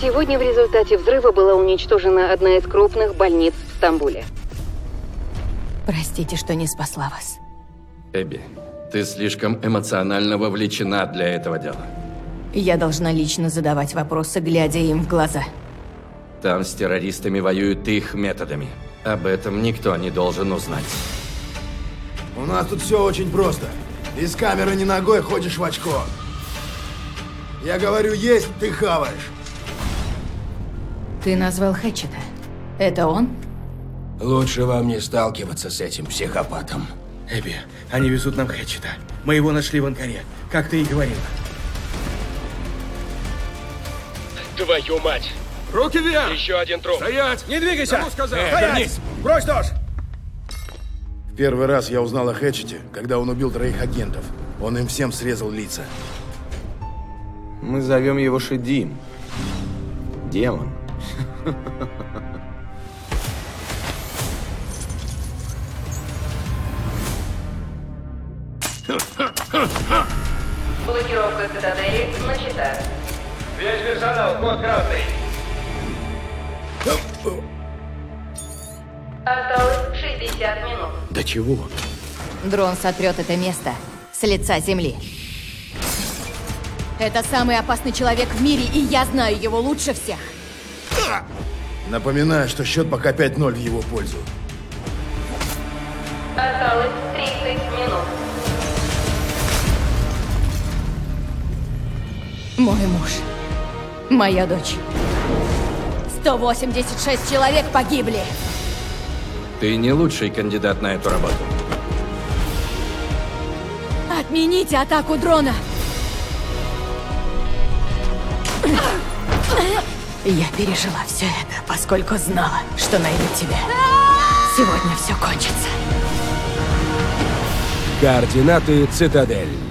Сегодня в результате взрыва была уничтожена одна из крупных больниц в Стамбуле. Простите, что не спасла вас. Эбби, ты слишком эмоционально вовлечена для этого дела. Я должна лично задавать вопросы, глядя им в глаза. Там с террористами воюют их методами. Об этом никто не должен узнать. У нас тут все очень просто. Из камеры не ногой ходишь в очко. Я говорю есть, ты хаваешь. Ты назвал Хэтчета. Это он? Лучше вам не сталкиваться с этим психопатом. Эбби, они везут нам Хэтчета. Мы его нашли в Анкаре, как ты и говорила. Твою мать! Руки вверх! Еще один труп. Стоять! Не двигайся! Кому сказал? Вернись! Брось нож! В первый раз я узнал о Хэтчете, когда он убил троих агентов. Он им всем срезал лица. Мы зовем его Шедим. Демон. Блокировка цитадели начата. Весь персонал, код красный. Э, Осталось 60 минут. Да чего? Дрон сотрет это место с лица земли. Это самый опасный человек в мире, и я знаю его лучше всех. Напоминаю, что счет пока 5-0 в его пользу. Осталось 30 минут. Мой муж. Моя дочь. 186 человек погибли. Ты не лучший кандидат на эту работу. Отмените атаку дрона! Я пережила все это, поскольку знала, что найду тебя. Сегодня все кончится. Координаты цитадель.